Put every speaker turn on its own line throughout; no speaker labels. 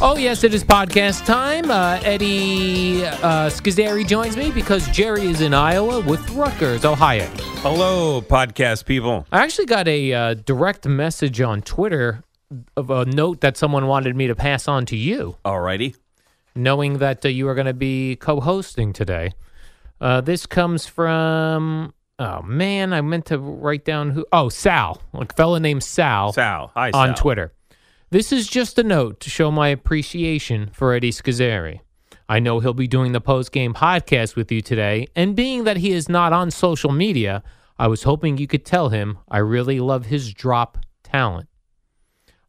Oh, yes, it is podcast time. Uh, Eddie uh, Schizzeri joins me because Jerry is in Iowa with Rutgers, Ohio.
Hello, podcast people.
I actually got a uh, direct message on Twitter of a note that someone wanted me to pass on to you,
Alrighty.
knowing that uh, you are going to be co hosting today. Uh, this comes from, oh man, I meant to write down who. Oh, Sal, a fella named
Sal. Hi, Sal.
on Twitter. This is just a note to show my appreciation for Eddie Scazzeri. I know he'll be doing the post game podcast with you today, and being that he is not on social media, I was hoping you could tell him I really love his drop talent.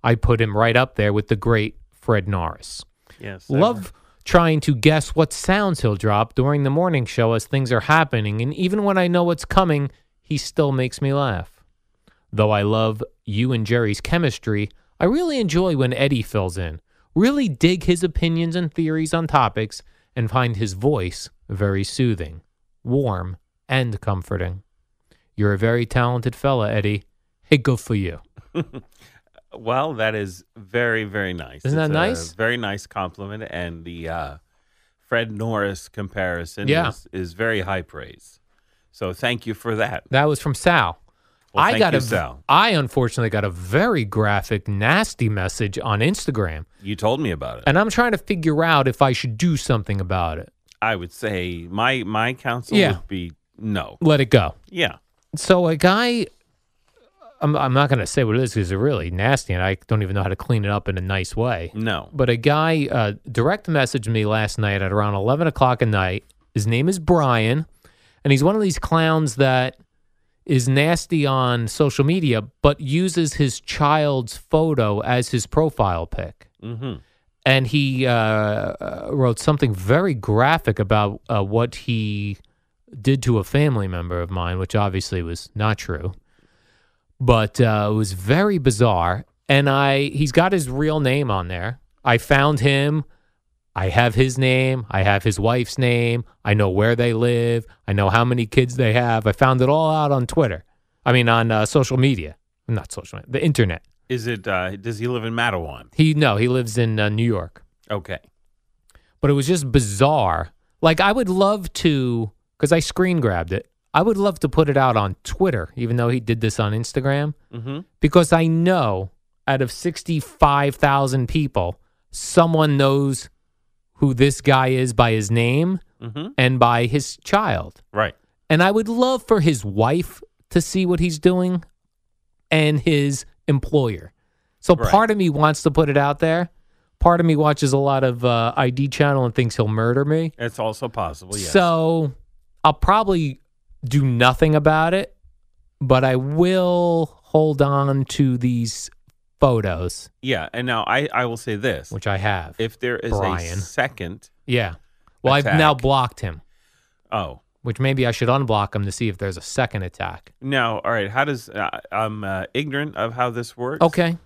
I put him right up there with the great Fred Norris.
Yes.
Love trying to guess what sounds he'll drop during the morning show as things are happening, and even when I know what's coming, he still makes me laugh. Though I love you and Jerry's chemistry, I really enjoy when Eddie fills in. Really dig his opinions and theories on topics and find his voice very soothing, warm, and comforting. You're a very talented fella, Eddie. Hey, good for you.
Well, that is very, very nice.
Isn't that
It's a
nice?
Very nice compliment, and the uh, Fred Norris comparison
Yeah.
is, is very high praise. So thank you for that.
That was from Sal.
Well,
I
thank
got
you,
a v-
Sal.
I unfortunately got a very graphic, nasty message on Instagram,
You told me about it.
and I'm trying to figure out if I should do something about it.
I would say my my counsel
Yeah.
would be no.
Let it go.
Yeah.
So a guy, I'm I'm not gonna say what it is because it's really nasty, and I don't even know how to clean it up in a nice way.
No.
But a guy uh, direct messaged me last night at around 11 o'clock at night. His name is Brian, and he's one of these clowns that is nasty on social media, but uses his child's photo as his profile pic.
Mm-hmm.
And he uh, wrote something very graphic about uh, what he did to a family member of mine, which obviously was not true, but uh, it was very bizarre. And I, he's got his real name on there. I found him. I have his name. I have his wife's name. I know where they live. I know how many kids they have. I found it all out on Twitter. I mean, on uh, social media, not social media, the internet.
Is it? Uh, does he live in Mattawan?
He no, he lives in uh, New York.
Okay.
but it was just bizarre. Like I would love to, because I screen grabbed it. I would love to put it out on Twitter, even though he did this on Instagram,
Mm-hmm.
because I know out of sixty-five thousand people, someone knows who this guy is by his name
Mm-hmm.
and by his child.
Right.
And I would love for his wife to see what he's doing and his employer. So
Right.
part of me wants to put it out there. Part of me watches a lot of uh, ID channel and thinks he'll murder me.
It's also possible. Yes.
So I'll probably do nothing about it, but I will hold on to these photos,
yeah. And now I I will say this.
which I have.
if there is
Brian.
a second
yeah. Well, I've now
Attack.
blocked him.
oh
which maybe I should unblock him to see if there's a second attack.
No, all right. How does uh, I'm uh, ignorant of how this works?
Okay.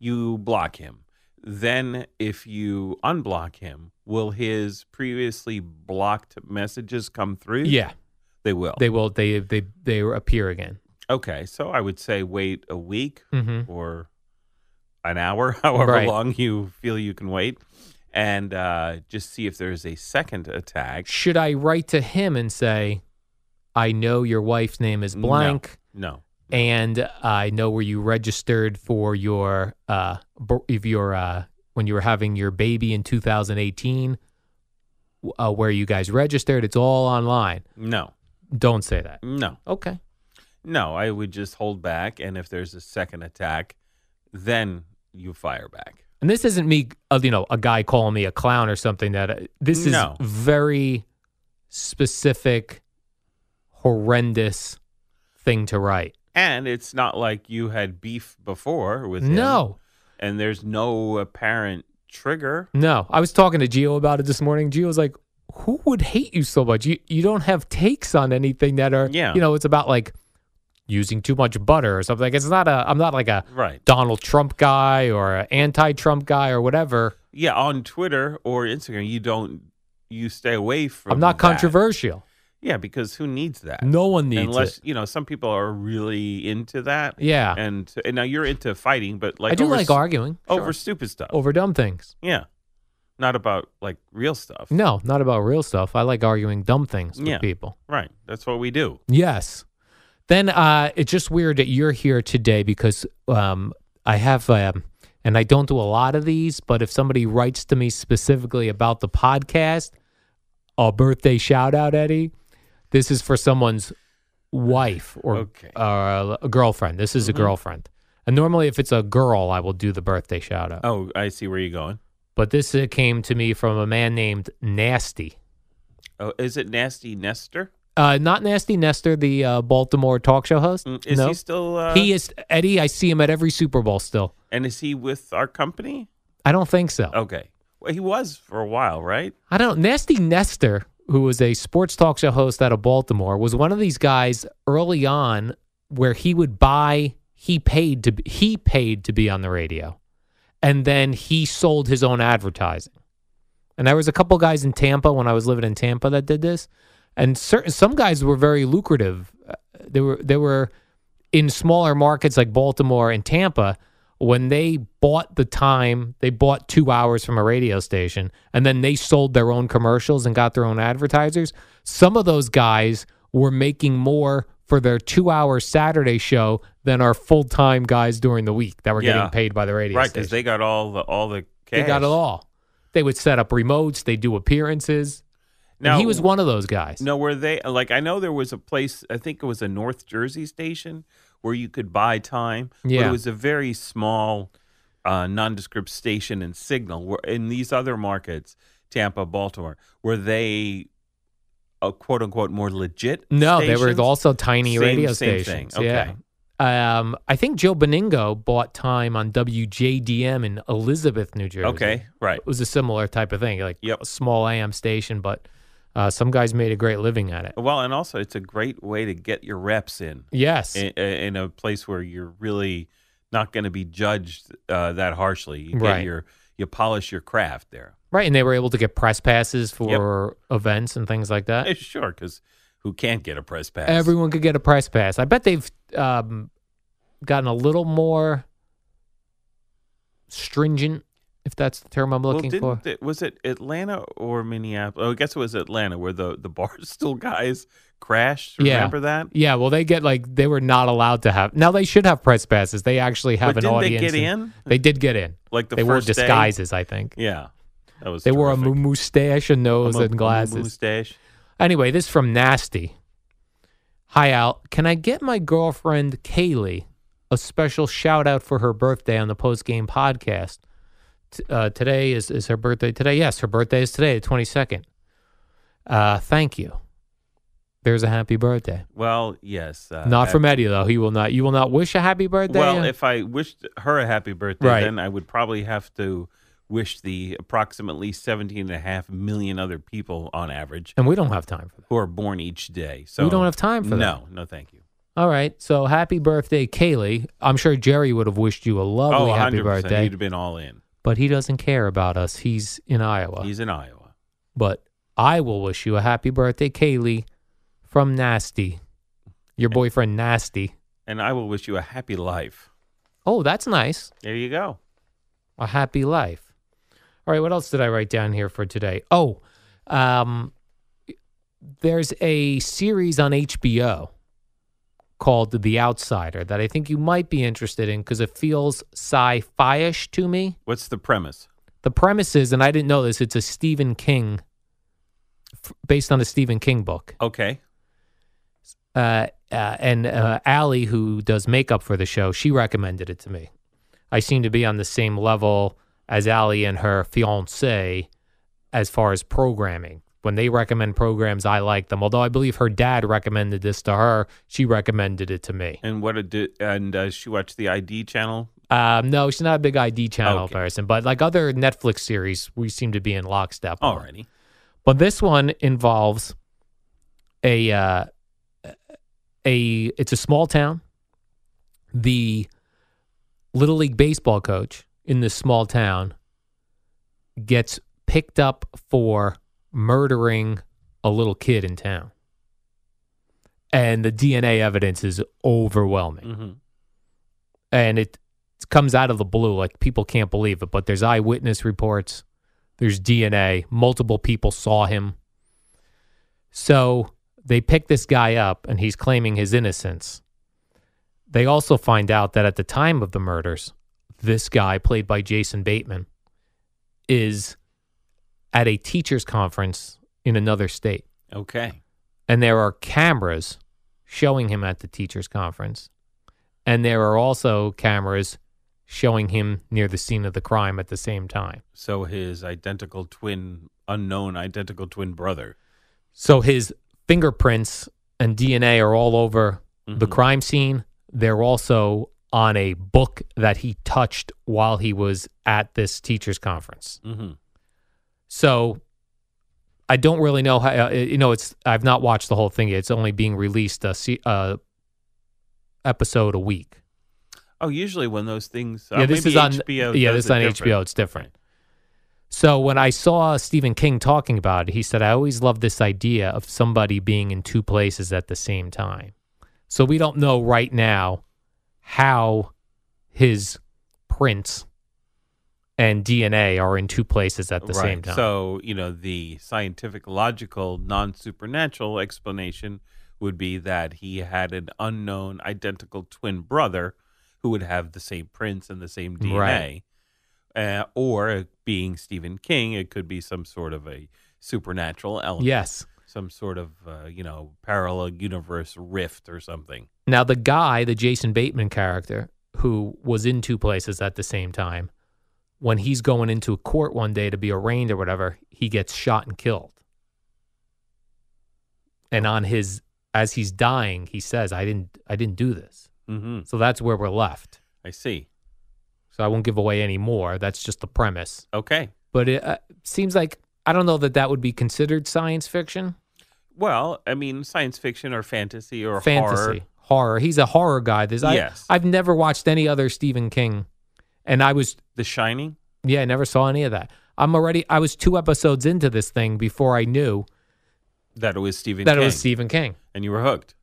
you block him. Then, if you unblock him, will his previously blocked messages come through?
Yeah,
they will.
they will. They they they appear again.
okay, so I would say wait a week
hmm
or an hour, however
Right.
long you feel you can wait, and uh, just see if there's a second attack.
Should I write to him and say, "I know your wife's name is
No.
blank,
No.
and I know where you registered for your uh b- if your uh when you were having your baby in 2018, w- uh, where you guys registered? It's all online.
No.
Don't say that.
No.
Okay.
No, I would just hold back, and if there's a second attack, then you fire back.
And this isn't me, uh, you know, a guy calling me a clown or something. That uh, this is
No.
very specific, horrendous thing to write.
And it's not like you had beef before with him.
No,
and there's no apparent trigger.
no. I was talking to Gio about it this morning. Gio was like, "Who would hate you so much? You you don't have takes on anything that are,
Yeah.
you know, it's about like using too much butter or something. Like it's not a. I'm not like a
Right.
Donald Trump guy or an anti-Trump guy or whatever.
Yeah, on Twitter or Instagram, you don't you stay away from
I'm not
that.
controversial.
Yeah, because who needs that?
No one needs
Unless,
it.
you know, some people are really into that.
Yeah.
And, and now you're into fighting, but like
I do
over,
like
s-
arguing
over
Sure.
stupid stuff.
over dumb things.
yeah. Not about like real stuff.
No, not about real stuff. I like arguing dumb things with
Yeah.
people.
Right. That's what we do.
Yes. Then uh, it's just weird that you're here today because um, I have, um, and I don't do a lot of these, but if somebody writes to me specifically about the podcast, a birthday shout out, Eddie, this is for someone's wife or
Okay. Mm-hmm.
or a girlfriend. This is a girlfriend. And normally, if it's a girl, I will do the birthday shout out.
Oh, I see where you're going.
But this uh, came to me from a man named Nasty.
Oh, is it Nasty Nestor?
Uh, not Nasty Nestor, the uh, Baltimore talk show host.
Mm, Is
no.
he still? Uh,
He is Eddie. I see him at every Super Bowl still.
And is he with our company?
I don't think so.
Okay. Well, he was for a while, right?
I don't. Nasty Nestor, who was a sports talk show host out of Baltimore, was one of these guys early on where he would buy. He paid to be- he paid to be on the radio, and then he sold his own advertising. And there was a couple guys in Tampa when I was living in Tampa that did this, and certain some guys were very lucrative. Uh, They were they were in smaller markets like Baltimore and Tampa, when they bought the time, they bought two hours from a radio station and then they sold their own commercials and got their own advertisers. Some of those guys were making more for their two hour Saturday show than our full time guys during the week that were
Yeah.
getting paid by the radio
Right, because
station.
they got all the all the cash.
They got it all. They would set up remotes, they do appearances. And
Now
he was one of those guys.
No, were they like? I know there was a place. I think it was a North Jersey station where you could buy time. but
Yeah.
it was a very small, uh, nondescript station and signal. Where in these other markets, Tampa, Baltimore, were they, a quote unquote, more legit?
No, they
stations?
were also tiny
Same-
radio
same thing.
stations. Yeah. Um, I think Joe Beningo bought time on WJDM in Elizabeth, New Jersey.
Okay, right.
It was a similar type of thing, like
Yep.
a small AM station, but uh, some guys made a great living at it.
Well, and also it's a great way to get your reps in.
Yes.
in, in a place where you're really not going to be judged uh, that harshly. You get
Right.
your you polish your craft there.
right. And they were able to get press passes for events and things like that.
Eh, sure, because who can't get a press pass?
Uh, Everyone could get a press pass. I bet they've um, gotten a little more stringent, if that's the term I'm
Well,
looking for.
didn't it- was it Atlanta or Minneapolis? Oh, I guess it was Atlanta where the the barstool guys crashed.
Yeah.
Remember that?
Yeah, well, they get like they were not allowed to have. Now they should have press passes. They actually have
but
an
didn't
audience.
they get
and-
in?
They did get in.
Like the
they wore
first day?
disguises, I think.
Yeah, that was
They wore a
terrific.
moustache, a
A
nose,
mu-
and glasses.
Moustache.
Anyway, this from Nasty. Hi, Al. Can I get my girlfriend, Kaylee, a special shout out for her birthday on the post game podcast? T- uh, today is, is her birthday. Today, yes, her birthday is today, the 22nd. Uh, thank you. There's a happy birthday.
Well, yes. Uh,
not
I-
from Eddie though. He will not. You will not wish a happy birthday.
Well, if I wished her a happy birthday,
Right.
then I would probably have to wish the approximately 17 and a half million other people on average
And we don't have time for that.
who are born each day. So
We don't have time for
No, no, thank you.
All right. So happy birthday, Kaylee. I'm sure Jerry would have wished you a lovely
oh,
happy
100%.
birthday,
You'd have been all in.
but he doesn't care about us. He's in Iowa.
He's in Iowa.
but I will wish you a happy birthday, Kaylee, from Nasty, your boyfriend Nasty.
And I will wish you a happy life.
Oh, that's nice.
There you go.
A happy life. All right, what else did I write down here for today? Oh, um, there's a series on HBO called The Outsider that I think you might be interested in because it feels sci fi ish to me.
What's the premise?
The premise is, and I didn't know this, it's a Stephen King, f- based on a Stephen King book.
Okay.
uh, uh, and uh, Allie, who does makeup for the show, she recommended it to me. I seem to be on the same level as Allie and her fiance as far as programming. When they recommend programs, I like them. Although I believe her dad recommended this to her, she recommended it to me.
And what a do, and uh, she watched the ID channel.
Um, no, she's not a big ID channel
Okay.
person, but like other Netflix series, we seem to be in lockstep. on.
Alrighty.
But this one involves a uh, a it's a small town. The little league baseball coach in this small town gets picked up for murdering a little kid in town. And the DNA evidence is overwhelming
hmm
and it comes out of the blue like people can't believe it but there's eyewitness reports there's dna multiple people saw him so they pick this guy up and he's claiming his innocence they also find out that at the time of the murders this guy played by jason bateman is at a teachers conference in another state
Okay.
and there are cameras showing him at the teachers conference and there are also cameras showing him near the scene of the crime at the same time
So his identical twin, unknown identical twin brother.
so his fingerprints and dna are all over the
Mhm.
crime scene they're also on a book that he touched while he was at this teachers conference
Mm-hmm.
So I don't really know how uh, you know it's I've not watched the whole thing yet. It's only being released a se- uh, episode a week.
Oh, usually when those things. uh,
yeah, this
maybe
is on
HBO.
Yeah,
does
this is on
it
HBO.
different.
It's different. So when I saw Stephen King talking about it, he said I always love this idea of somebody being in two places at the same time. So we don't know right now how his prints and DNA are in two places at the
right.
same time.
So you know the scientific, logical, non-supernatural explanation would be that he had an unknown identical twin brother who would have the same prints and the same DNA.
Right.
Uh, or uh, being Stephen King, it could be some sort of a supernatural element.
yes.
Some sort of uh, you know parallel universe rift or something.
Now, the guy, the Jason Bateman character, who was in two places at the same time, when he's going into a court one day to be arraigned or whatever, he gets shot and killed. And on his, as he's dying, he says, "I didn't, I didn't do this."
Mm-hmm.
So that's where we're left.
I see.
So I won't give away any more. That's just the premise.
Okay.
But it uh, seems like I don't know that that would be considered science fiction,
Well, I mean, science fiction or fantasy or
fantasy,
horror.
horror. He's a horror guy. There's,
Yes.
I, I've never watched any other Stephen King, and I was
The Shining.
Yeah, I never saw any of that. I'm already. I was two episodes into this thing before I knew
That it was Stephen
that
King.
it was Stephen King,
and you were hooked.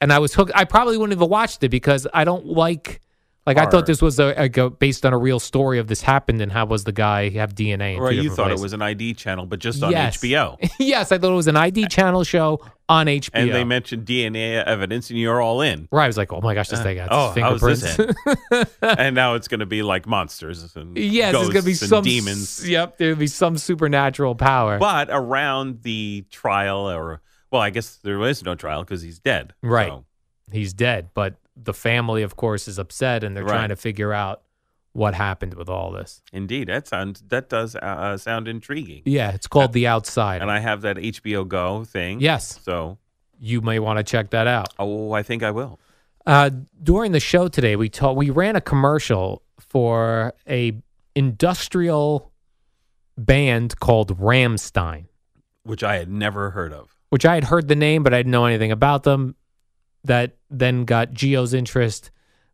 and I was hooked. I probably wouldn't have watched it because I don't like. Like I
Horror.
thought this was a, a go- based on a real story of this happened and how was the guy have DNA? In
Or
two
you
different
thought
places.
it was an ID channel, but just on
Yes.
HBO.
yes, I thought it was an ID channel show on HBO.
And they mentioned DNA evidence, and you're all in.
Right, I was like, oh my gosh, this thing got
oh, how's this
fingerprints.
and now it's going to be like monsters and
yes,
ghosts
there's gonna be
and
some
demons.
Yep, there'll be some supernatural power.
But around the trial, or well, I guess there is no trial because he's dead.
Right.
So,
he's dead. But the family, of course, is upset and they're
Right.
trying to figure out what happened with all this.
indeed, that sounds that does uh, sound intriguing.
Yeah, it's called The Outside.
And I have that HBO Go thing.
yes,
So,
you may want to check that out.
oh, I think I will.
Uh, during the show today, we ta- we ran a commercial for a industrial band called Ramstein,
which I had never heard of.
which I had heard the name, but I didn't know anything about them. That then got Geo's interest.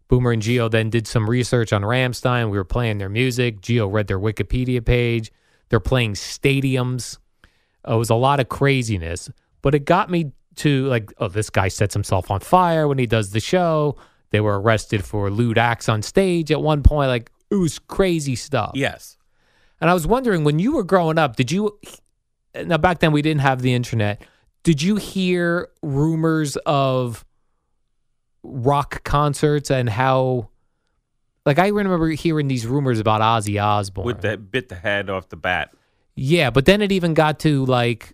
Boomer and Geo then did some research on Ramstein. We were playing their music. Geo read their Wikipedia page. They're playing stadiums. Uh, It was a lot of craziness, but it got me to like, oh, this guy sets himself on fire when he does the show. They were arrested for lewd acts on stage at one point. Like, it was crazy stuff.
Yes.
And I was wondering when you were growing up, did you now back then we didn't have the internet. Did you hear rumors of rock concerts and how like I remember hearing these rumors about Ozzy Osbourne.
With that bit the head off the bat.
Yeah, but then it even got to like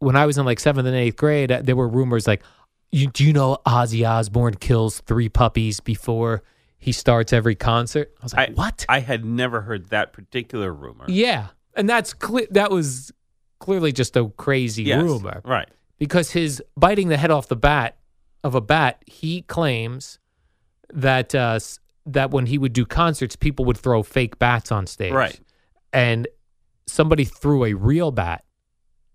when I was in like seventh and eighth grade, uh, there were rumors like, you, do you know Ozzy Osbourne kills three puppies before he starts every concert? I was like,
I,
what?
I had never heard that particular rumor.
Yeah, and that's cle- that was clearly just a crazy
Yes.
rumor
Right.
because his biting the head off the bat of a bat, he claims that uh, s- that when he would do concerts, people would throw fake bats on stage,
Right.
And somebody threw a real bat,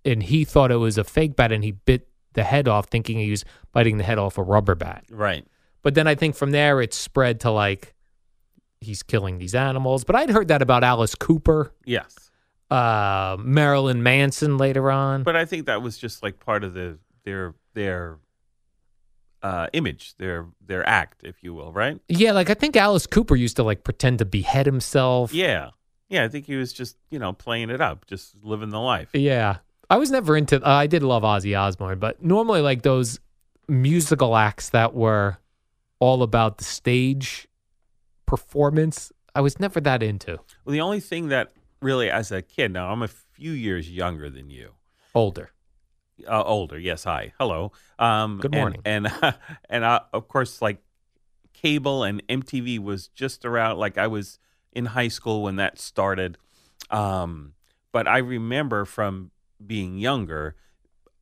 and he thought it was a fake bat, and he bit the head off, thinking he was biting the head off a rubber bat.
Right.
But then I think from there it spread to like he's killing these animals. But I'd heard that about Alice Cooper
Yes.
uh, Marilyn Manson later on.
But I think that was just like part of the their their uh, image, their their act, if you will, right?
yeah, like I think Alice Cooper used to like pretend to behead himself.
Yeah. Yeah, I think he was just, you know, playing it up, just living the life.
Yeah. I was never into. Uh, I did love Ozzy Osbourne, but normally like those musical acts that were all about the stage performance, I was never that into.
Well, the only thing that really, as a kid, now I'm a few years younger than you,
Older.
uh, older. Yes, hi, hello. Um,
Good
and-
morning.
And and, uh, of course, like cable and MTV was just around. Like I was in high school when that started. Um, but I remember from being younger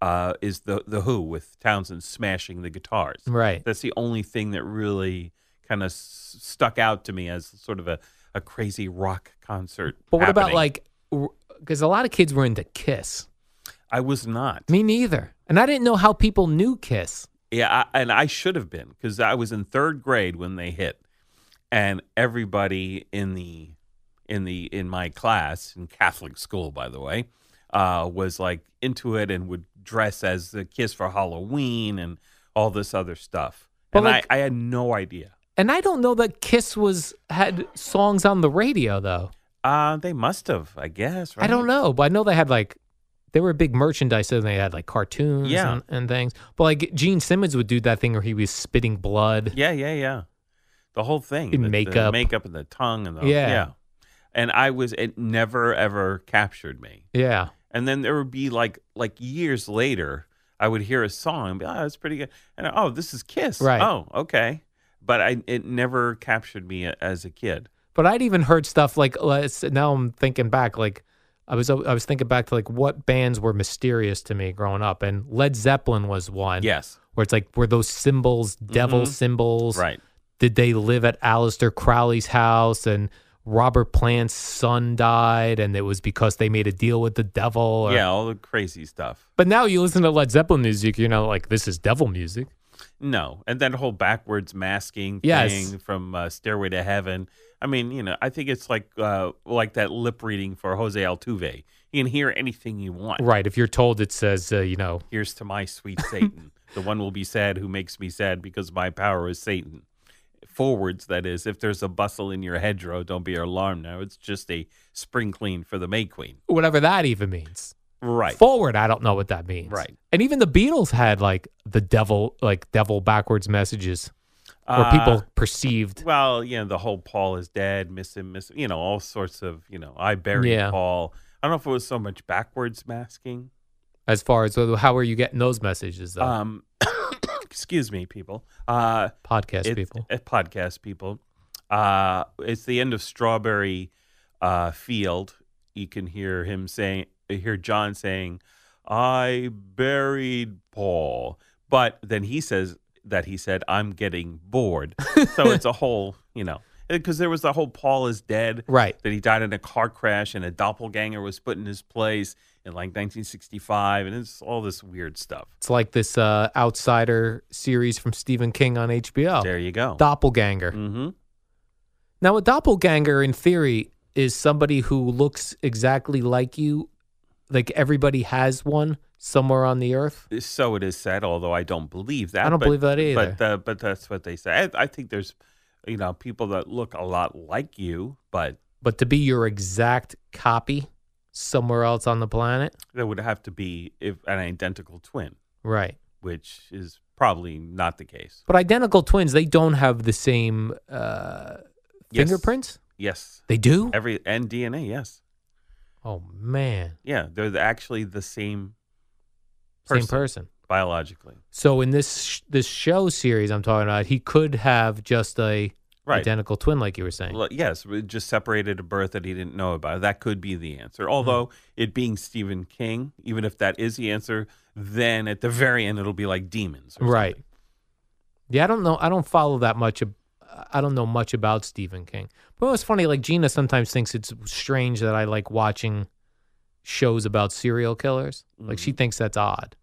uh, is the the Who with Townsend smashing the guitars.
Right.
That's the only thing that really kind of s- stuck out to me as sort of a, a crazy rock concert.
But what about
happening.
like, because a lot of kids were into Kiss.
I was not.
Me neither. And I didn't know how people knew Kiss.
Yeah, I, and I should have been because I was in third grade when they hit, and everybody in the in the in my class in Catholic school, by the way, uh, was like into it and would dress as the Kiss for Halloween and all this other stuff.
But,
and
like-
I, I had no idea.
And I don't know that Kiss was had songs on the radio though.
Uh, they must have, I guess. Right?
I don't know, but I know they had like they were a big merchandise and they had like cartoons
Yeah.
and, and things. But like Gene Simmons would do that thing where he was spitting blood.
Yeah, yeah, yeah. The whole thing,
In
the, the
makeup.
makeup, and the tongue, and the
Yeah.
And I was it never ever captured me.
Yeah.
and then there would be like like years later i would hear a song and be oh it's pretty good and oh this is kiss
Right.
oh okay but i it never captured me a- as a kid
But I'd even heard stuff like let's now I'm thinking back like I was I was thinking back to like what bands were mysterious to me growing up and Led Zeppelin was one.
yes
Where it's like were those symbols devil symbols?
Mm-hmm. right
did they live at Aleister Crowley's house and Robert Plant's son died and it was because they made a deal with the devil. or-
yeah all the crazy stuff
But now you listen to Led Zeppelin music, you're not like, this is devil music.
no and that whole backwards masking
Yes.
thing from uh, stairway to heaven i mean you know i think it's like uh like that lip reading for jose altuve you can hear anything you want
Right. If you're told it says, uh, you know,
Here's to my sweet Satan, the one will be sad who makes me sad because my power is Satan. Forwards, that is, if there's a bustle in your hedgerow, don't be alarmed now. It's just a spring clean for the May Queen.
whatever that even means.
Right.
Forward, I don't know what that means.
Right.
And even the Beatles had like the devil, like devil backwards messages where people perceived.
Uh, Well, you know, the whole Paul is dead, miss him, miss, you know, all sorts of, you know, I buried
Yeah.
Paul. I don't know if it was so much backwards masking.
As far as uh, how are you getting those messages uh, though?
Um, excuse me, people. Uh,
Podcast
it's-
people.
uh, podcast people. Uh, it's the end of Strawberry uh, Field. You can hear him saying, hear John saying, "I buried Paul," but then he says that he said, "I'm getting bored." so it's a whole, you know. because there was the whole Paul is dead,
Right.
That he died in a car crash and a doppelganger was put in his place in like 1965, and it's all this weird stuff.
It's like this uh, outsider series from Stephen King on HBO.
There you go.
Doppelganger.
hmm
Now, a doppelganger in theory is somebody who looks exactly like you. Like everybody has one somewhere on the earth.
So it is said, although I don't believe that.
I don't
but-
believe that either.
But uh, but that's what they say. I, I think there's, you know, people that look a lot like you, but
But to be your exact copy somewhere else on the planet,
there would have to be if an identical twin,
right?
which is probably not the case.
But identical twins, they don't have the same uh,
Yes.
fingerprints.
Yes.
They do.
Every and DNA, yes.
Oh man,
Yeah, they're the- actually the same
same person.
biologically.
So in this sh- this show series I'm talking about, he could have just a
Right.
identical twin, like you were saying.
Well, yes, we just separated at birth that he didn't know about. That could be the answer. Although
Mm-hmm.
it being Stephen King, even if that is the answer, then at the very end it'll be like demons. or
Right.
something.
Yeah, I don't know. I don't follow that much. ab- I don't know much about Stephen King. But it's funny. Like Gina sometimes thinks it's strange that I like watching shows about serial killers. Like
Mm-hmm.
she thinks that's odd.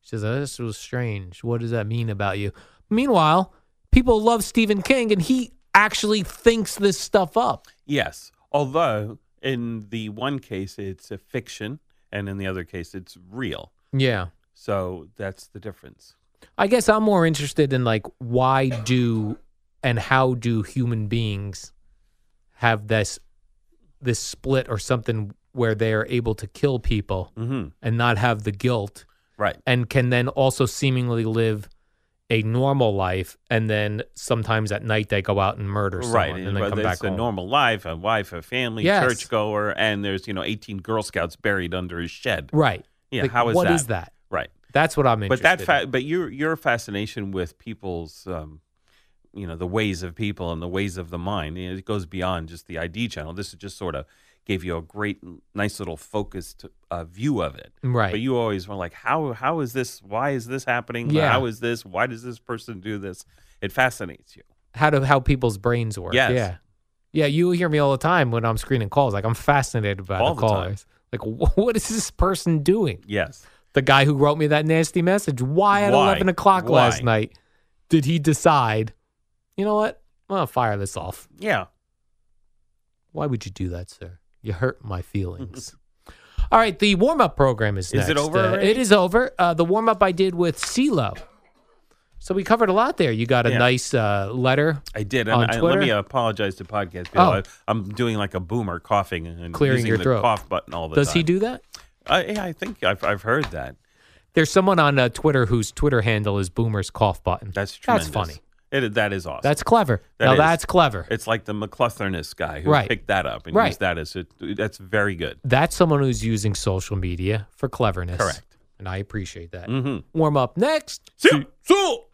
She says, oh, "This was strange. What does that mean about you?" Meanwhile, people love Stephen King, and he actually thinks this stuff up.
Yes. Although in the one case it's a fiction and in the other case it's real.
Yeah.
So that's the difference.
I guess I'm more interested in like why do and how do human beings have this this split or something where they are able to kill people
Mhm.
and not have the guilt
Right.
and can then also seemingly live a normal life and then sometimes at night they go out and murder someone
right.
and then
but
come
it's
back
a
home.
normal life, a wife, a family,
Yes.
churchgoer, and there's, you know, 18 Girl Scouts buried under his shed.
right.
Yeah,
Like,
how is
what
that?
is that?
Right.
That's what I'm
But
interested.
that
in.
fa- but your your fascination with people's um, you know, the ways of people and the ways of the mind, you know, it goes beyond just the ID channel. This is just sort of gave you a great nice little focused uh, view of it.
Right.
But you always were like how how is this why is this happening?
Yeah.
How is this? Why does this person do this? It fascinates you.
how do how people's brains work.
Yes.
Yeah. Yeah, you hear me all the time when I'm screening calls. Like I'm fascinated by
All
the
the time.
callers. Like wh- what is this person doing?
Yes.
The guy who wrote me that nasty message. Why at
Why?
eleven o'clock last
Why?
night did he decide? You know what? I'm gonna fire this off.
Yeah.
Why would you do that, sir? You hurt my feelings. all right, the warm up program is
Is it
next.
over
Uh,
already?
it is over. Uh, the warm up I did with CeeLo. So we covered a lot there. You got a
Yeah.
nice uh, letter
I did.
On
And I, let me
Twitter?
apologize to podcast people.
Oh.
I, I'm doing like a boomer coughing and
Clearing
using
your
the
throat.
cough button all the
Does
time.
he do that?
Uh, yeah, I think I've, I've heard that.
There's someone on uh, Twitter whose Twitter handle is Boomer's Cough Button.
That's
That's
tremendous.
funny.
It, that is awesome.
That's clever.
That
now
is.
that's clever.
it's like the McClutherness guy who
Right.
picked that up and
Right.
used that as a, that's very good.
that's someone who's using social media for cleverness.
Correct.
And I appreciate that.
Mm-hmm.
Warm up next.
So, so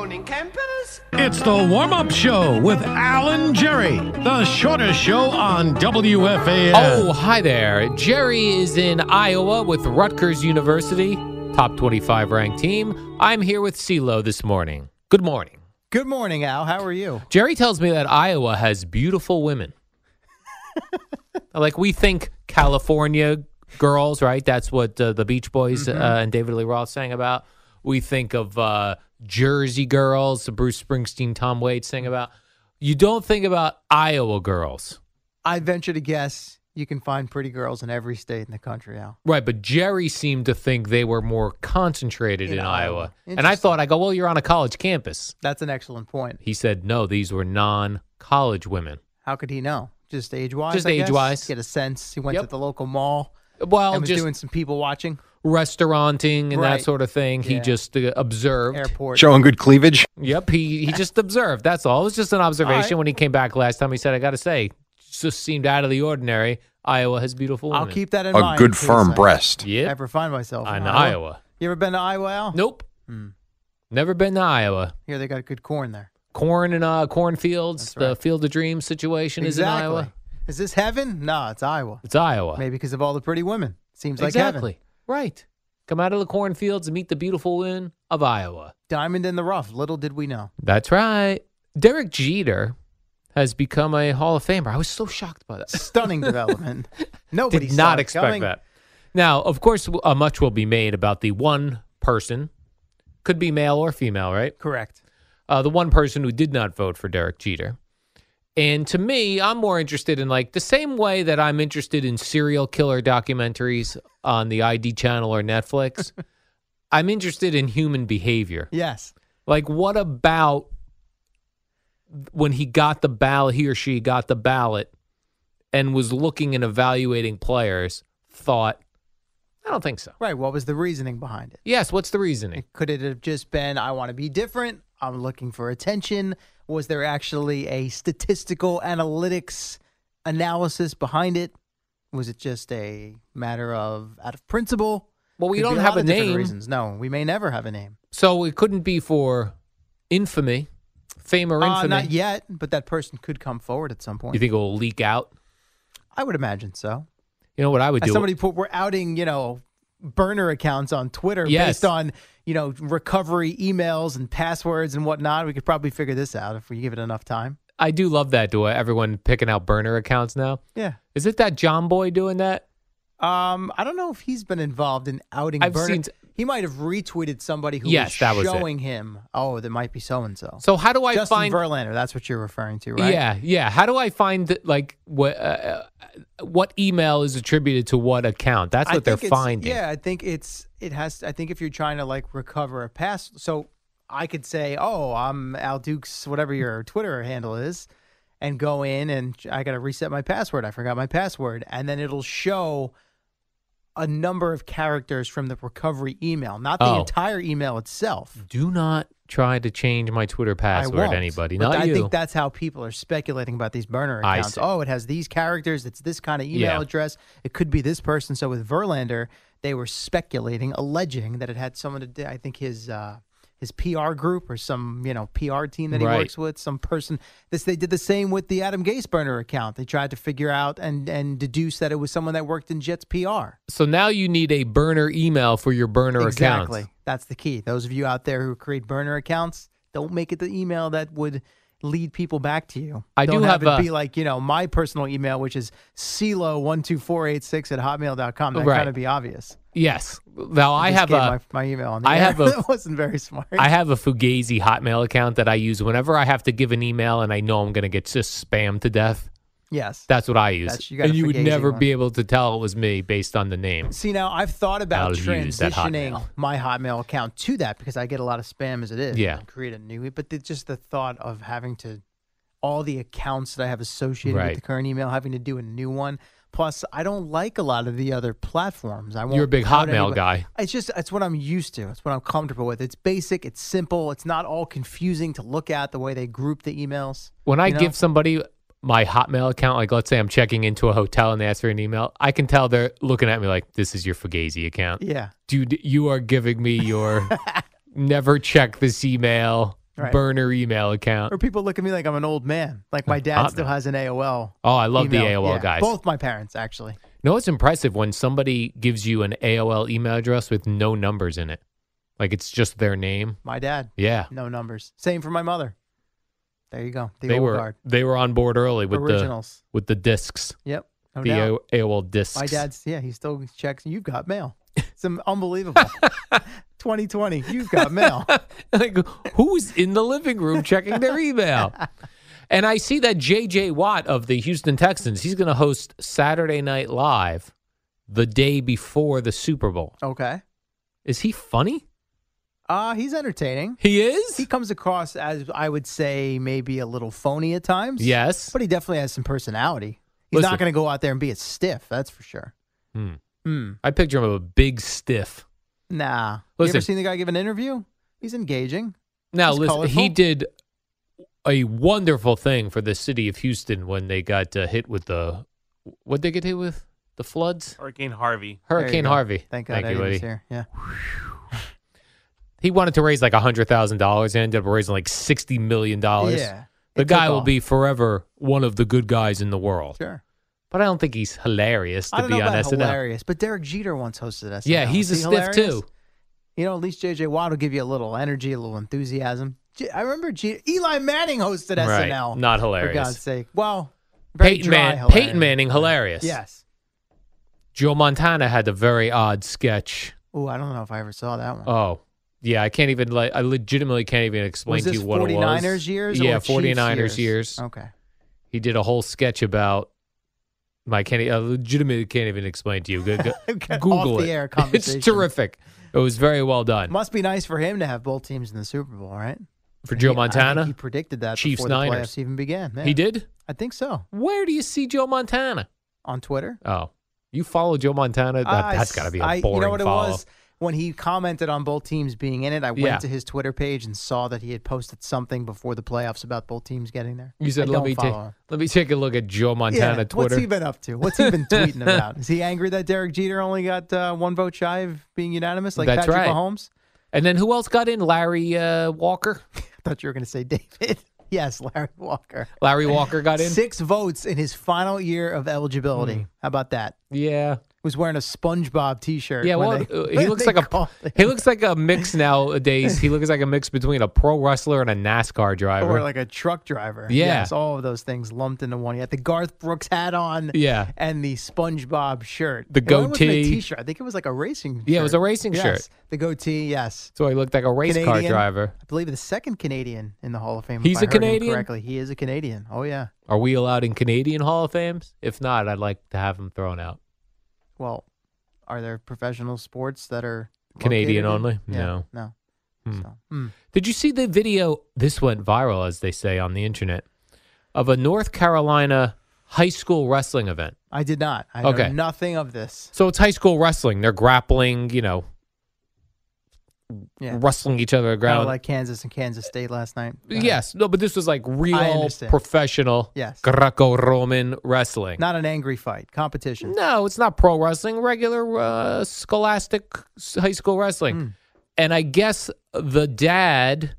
It's the warm up show with Alan Jerry, the shortest show on WFAN.
Oh, hi there. Jerry is in Iowa with Rutgers University, top 25 ranked team. I'm here with CeeLo this morning. Good morning.
Good morning, Al. How are you?
Jerry tells me that Iowa has beautiful women. like we think California girls, right? That's what uh, the Beach Boys uh,
Mm-hmm.
and David Lee Roth sang about. We think of uh, Jersey girls, the Bruce Springsteen, Tom Waits sang about. You don't think about Iowa girls,
I venture to guess you can find pretty girls in every state in the country, Al.
right? But Jerry seemed to think they were more concentrated in,
In
Iowa.
Iowa.
And I
Interesting.
thought, I go, well, you're on a college campus.
That's an excellent point.
He said, no, these were non college women.
How could he know? Just age wise?
Just age-wise.
Get a sense. He went
Yep.
to the local mall
Well,
and was
just
doing some people watching.
restauranting and that
Right.
sort of thing. He
Yeah.
just uh, observed.
Airport.
Showing good cleavage.
Yep, he he just observed. That's all. It was just an observation. When he came back last time, he said, "I got to say, just seemed out of the ordinary. Iowa has beautiful
I'll
women.
keep that in
A
mind.
good
in case
firm
I
breast.
yep,
Ever find myself
on
in
Iowa.
You ever been to Iowa, Al?
Nope,
Hmm.
never been to Iowa.
Here they got good corn there.
Corn and uh, cornfields.
That's right.
The Field of Dreams situation is in
exactly.
Iowa.
Is this heaven? No, it's Iowa.
It's Iowa.
Maybe because of all the pretty women. Seems like heaven.
exactly right. Come out of the cornfields and meet the beautiful wind of Iowa.
Diamond in the rough. Little did we know.
That's right. Derek Jeter has become a Hall of Famer. I was so shocked by that.
Stunning development. Nobody
Did not
saw it
expect
coming.
that. Now, of course, w- uh, much will be made about the one person, could be male or female, right?
Correct.
uh, the one person who did not vote for Derek Jeter. And to me, I'm more interested in like the same way that I'm interested in serial killer documentaries on the ID channel or Netflix. I'm interested in human behavior.
Yes.
Like, what about when he got the ballot, he or she got the ballot and was looking and evaluating players, thought, I don't think so.
Right. What was the reasoning behind it?
Yes, what's the reasoning?
Could it have just been, I want to be different? I'm looking for attention? Was there actually a statistical analytics analysis behind it? Was it just a matter of out of principle?
Well, we
Could be
don't
a
have
lot
a
of different
name.
Reasons. No, we may never have a name.
So it couldn't be for infamy, fame or
Uh,
infamy.
not yet, but that person could come forward at some point.
You think it will leak out?
I would imagine so.
You know what I would
As
do?
somebody put, we're outing, you know, burner accounts on Twitter
Yes.
based on, you know, recovery emails and passwords and whatnot. We could probably figure this out if we give it enough time.
I do love that. Do I? Everyone picking out burner accounts now.
Yeah.
Is it that John Boy doing that?
Um, I don't know if he's been involved in outing
I've
burner.
seen-
he might have retweeted somebody who
Yes,
was
that was it.
showing him, oh, there might be so and so.
So how do I
Justin
find?
Verlander, that's what you're referring to, right?
Yeah, yeah. How do I find like what uh, what email is attributed to what account? That's
I
what they're
think it's-
finding.
Yeah, I think it's it has. I think if you're trying to like recover a past, so I could say, "Oh, I'm Al Dukes, whatever your Twitter handle is," and go in and I got to reset my password. I forgot my password, and then it'll show a number of characters from the recovery email, not the
Oh.
entire email itself.
Do not try to change my Twitter
I
password.
won't,
Anybody?
but
Not
I
you.
think that's how people are speculating about these burner
I
accounts.
see.
Oh, it has these characters. It's this kind of email
Yeah.
address. It could be this person. So with Verlander, they were speculating, alleging that it had someone to. do- I think his uh, his PR group or some you know PR team that he
Right.
works with, some person. This they did the same with the Adam Gase burner account. They tried to figure out and and deduce that it was someone that worked in Jets PR.
so now you need a burner email for your burner
exactly.
accounts.
That's the key. Those of you out there who create burner accounts, don't make it the email that would lead people back to you.
I do
Don't
have
it
a-
be like, you know, my personal email, which is CeeLo12486 at hotmail.com. That
Right.
kind of be obvious.
Yes. Now I
just
have
gave
a.
my, my email on the
I
air.
have a-
that wasn't very smart.
I have a Fugazi Hotmail account that I use whenever I have to give an email and I know I'm going to get just spammed to death.
yes.
That's what I use.
That's- you got
and
a
you would
Fugazi
never
one.
be able to tell it was me based on the name.
See, now I've thought about
I'll use that
transitioning
Hotmail.
my Hotmail account to that because I get a lot of spam as it is.
Yeah.
And create a new, e-, but the, just the thought of having to, all the accounts that I have associated
Right.
with the current email, having to do a new one. Plus, I don't like a lot of the other platforms. I won't
You're a big
out
Hotmail
anybody-
guy.
It's just, it's what I'm used to. It's what I'm comfortable with. It's basic, it's simple, it's not all confusing to look at the way they group the emails.
When I
you know?
give somebody my Hotmail account, like let's say I'm checking into a hotel and they ask for an email, I can tell they're looking at me like, this is your Fugazi account.
Yeah.
Dude, you are giving me your never check this email
Right.
burner email account.
Or people look at me like I'm an old man. Like my dad still
Hotmail.
has an AOL.
Oh, I love the
email.
AOL
Yeah,
guys.
Both my parents, actually.
No, it's impressive when somebody gives you an AOL email address with no numbers in it. Like it's just their name.
My dad,
Yeah.
no numbers. Same for my mother. There you go. The
they
old
were
guard.
they were on board early with
Originals.
the with the discs.
Yep. No
the
doubt.
A- AOL discs.
my dad's, yeah, he still checks. You've got mail. It's un- unbelievable. 2020, you've got mail.
like who's in the living room checking their email? And I see that JJ Watt of the Houston Texans, he's going to host Saturday Night Live the day before the Super Bowl.
Okay.
Is he funny?
Uh, he's entertaining.
He is?
He comes across as, I would say, maybe a little phony at times.
yes.
But he definitely has some personality. He's
Listen.
not going to go out there and be a stiff, that's for sure.
Hmm.
Hmm.
I picture him of a big stiff.
Nah. You
Listen.
ever seen the guy give an interview? He's engaging.
Now,
He's
listen, he
colorful.
did a wonderful thing for the city of Houston when they got uh, hit with the what they get hit with the floods,
Hurricane Harvey.
There you
Hurricane
go.
Harvey.
Thank God
you,
Eddie was
lady.
here. Yeah.
He wanted to raise like hundred thousand dollars and ended up raising like sixty million dollars.
Yeah.
the
It
guy
took
will
off.
be forever one of the good guys in the world.
Sure.
but I don't think he's hilarious to
I don't
be
know
on
about
SNL.
hilarious, but Derek Jeter once hosted SNL.
Yeah, he's
Is
a
he
stiff
hilarious?
too.
You know, at least JJ Watt will give you a little energy, a little enthusiasm. J- I remember Jeter, Eli Manning hosted
Right,
SNL.
not
For
hilarious.
God's sake. Well, very
Peyton,
dry
Man-
hilarious.
Peyton Manning, hilarious.
Yes.
Joe Montana had a very odd sketch.
Oh, I don't know if I ever saw that one.
Oh, yeah. I can't even, like, I legitimately can't even explain
was
to
this
you what
49ers
it was.
years?
Yeah,
or Chiefs
49ers
years?
years.
Okay.
He did a whole sketch about. My can't. I legitimately can't even explain to you. Go- go-
Okay,
Google
off the
it.
air
it's
conversation.
terrific. It was very well done
Must be nice for him to have both teams in the Super Bowl, right?
for Joe
He- I think
Montana.
he predicted that
Chiefs,
before the
Niners.
playoffs even began. Yeah.
He did.
I think so.
Where do you see Joe Montana?
On Twitter.
Oh, you follow Joe Montana? That,
I
has got to be a
s- Ah, I-
boring
You know what
follow.
it was? When he commented on both teams being in it, I went
Yeah.
to his Twitter page and saw that he had posted something before the playoffs about both teams getting there.
You said,
I
"Let
don't
me take
follow him."
let me take a look at Joe Montana
yeah,
Twitter."
What's he been up to? What's he been tweeting about? Is he angry that Derek Jeter only got uh, one vote shy of being unanimous like
That's
Patrick
right.
Mahomes?
and then who else got in? Larry uh, Walker.
I thought you were going to say David. yes, Larry Walker.
Larry Walker got in. Hmm.
Six votes in his final year of eligibility. How about that?
Yeah,
Was wearing a SpongeBob T-shirt.
yeah.
when
Well,
they-
uh, he
when
looks
they
like a
called him.
he looks like a mix nowadays. he looks like a mix between a pro wrestler and a NASCAR driver.
Or like a truck driver.
Yeah.
Yes, all of those things lumped into one. You had the Garth Brooks hat on.
Yeah.
And the SpongeBob shirt.
The
It wasn't even a
goatee.
t-shirt. I think it was like a racing.
Yeah, it was
shirt.
a racing
Yes.
shirt.
The goatee. Yes.
so he looked like a race car
Canadian.
driver.
I believe the second Canadian in the Hall of Fame. if
He's a
I heard him
Canadian?
Correctly, he is a Canadian. Oh yeah.
Are we allowed in Canadian Hall of Fames? If not, I'd like to have him thrown out.
Well, are there professional sports that are
Canadian
located in-
only?
Yeah,
No.
No.
Hmm.
So, hmm.
Did you see the video? This went viral, as they say on the internet, of a North Carolina high school wrestling event.
I did not. I
Okay.
know nothing of this.
So it's high school wrestling. They're grappling, you know,
Yeah.
wrestling each other to the
Kinda
ground.
like Kansas and Kansas State last night. Uh,
yes, no, but this was like real
understand.
professional
Yes.
Greco-Roman wrestling.
Not an angry fight. Competition.
No, it's not pro wrestling, regular uh, scholastic s- high school wrestling.
Hmm.
And I guess the dad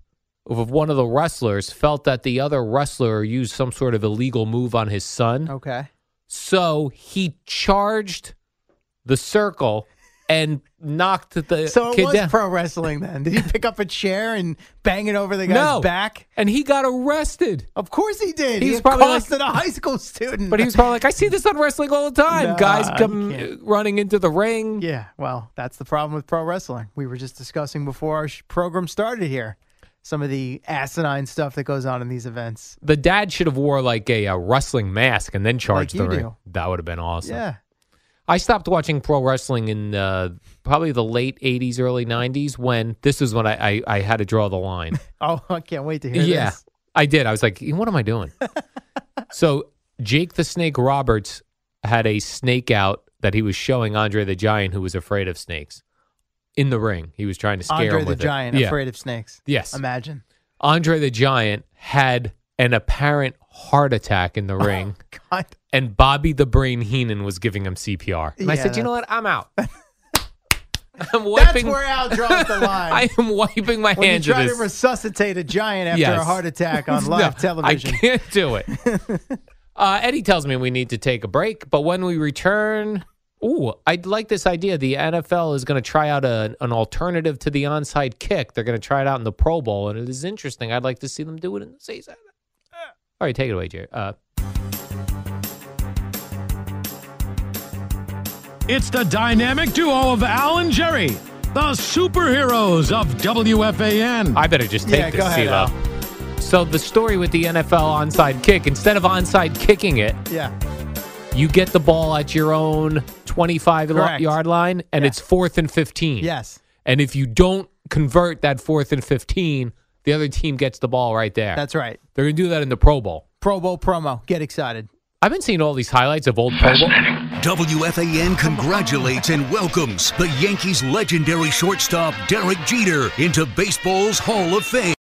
of one of the wrestlers felt that the other wrestler used some sort of illegal move on his son.
Okay.
So he charged the circle and knocked the
So it
kid
was
down.
pro wrestling then. Did he pick up a chair and bang it over the guy's
No.
back?
and he got arrested.
Of course he did.
He
He,
was probably like-
accosted a high school student.
But he was probably like, I see this on wrestling all the time.
Nah,
Guys
you
come
can't.
running into the ring.
yeah. Well, that's the problem with pro wrestling. We were just discussing before our sh- program started here some of the asinine stuff that goes on in these events.
The dad should have wore like a, uh wrestling mask and then charged
you
the ring.
do.
That would have been awesome.
Yeah.
I stopped watching pro wrestling in uh, probably the late '80s, early '90s when this is when I I, I had to draw the line.
Oh, I can't wait to hear
yeah,
this.
I did. I was like, what am I doing? so Jake the Snake Roberts had a snake out that he was showing Andre the Giant, who was afraid of snakes, in the ring. He was trying to scare
Andre
him
the
with
Giant,
it. Yeah.
afraid of snakes.
Yes.
Imagine.
Andre the Giant had an apparent heart attack in the ring.
God.
and Bobby the Brain Heenan was giving him CPR. And I
Yeah,
said, you know what? I'm out. I'm
That's
wiping.
where Al draws the line.
I am wiping my
when you
hands of
try to
this.
resuscitate a giant after
Yes.
a heart attack on
No,
live television.
I can't do it. uh, Eddie tells me we need to take a break, but when we return, ooh, I like this idea. The NFL is going to try out a, an alternative to the onside kick. They're going to try it out in the Pro Bowl, and it is interesting. I'd like to see them do it in the season. All right, take it away, Jerry. Uh,
It's the dynamic duo of Al and Jerry, the superheroes of WFAN.
I better just take
Yeah,
this,
go ahead,
CeeLo. So the story with the NFL onside kick, instead of onside kicking it,
Yeah.
you get the ball at your own 25 lo-
Correct.
yard line and
Yeah.
it's fourth and 15.
Yes.
And if you don't convert that fourth and 15, the other team gets the ball right there.
That's right.
They're going to do that in the Pro Bowl.
Pro Bowl promo. Get excited.
I've been seeing all these highlights of old Pro Bowl.
WFAN congratulates and welcomes the Yankees legendary shortstop Derek Jeter into baseball's Hall of Fame.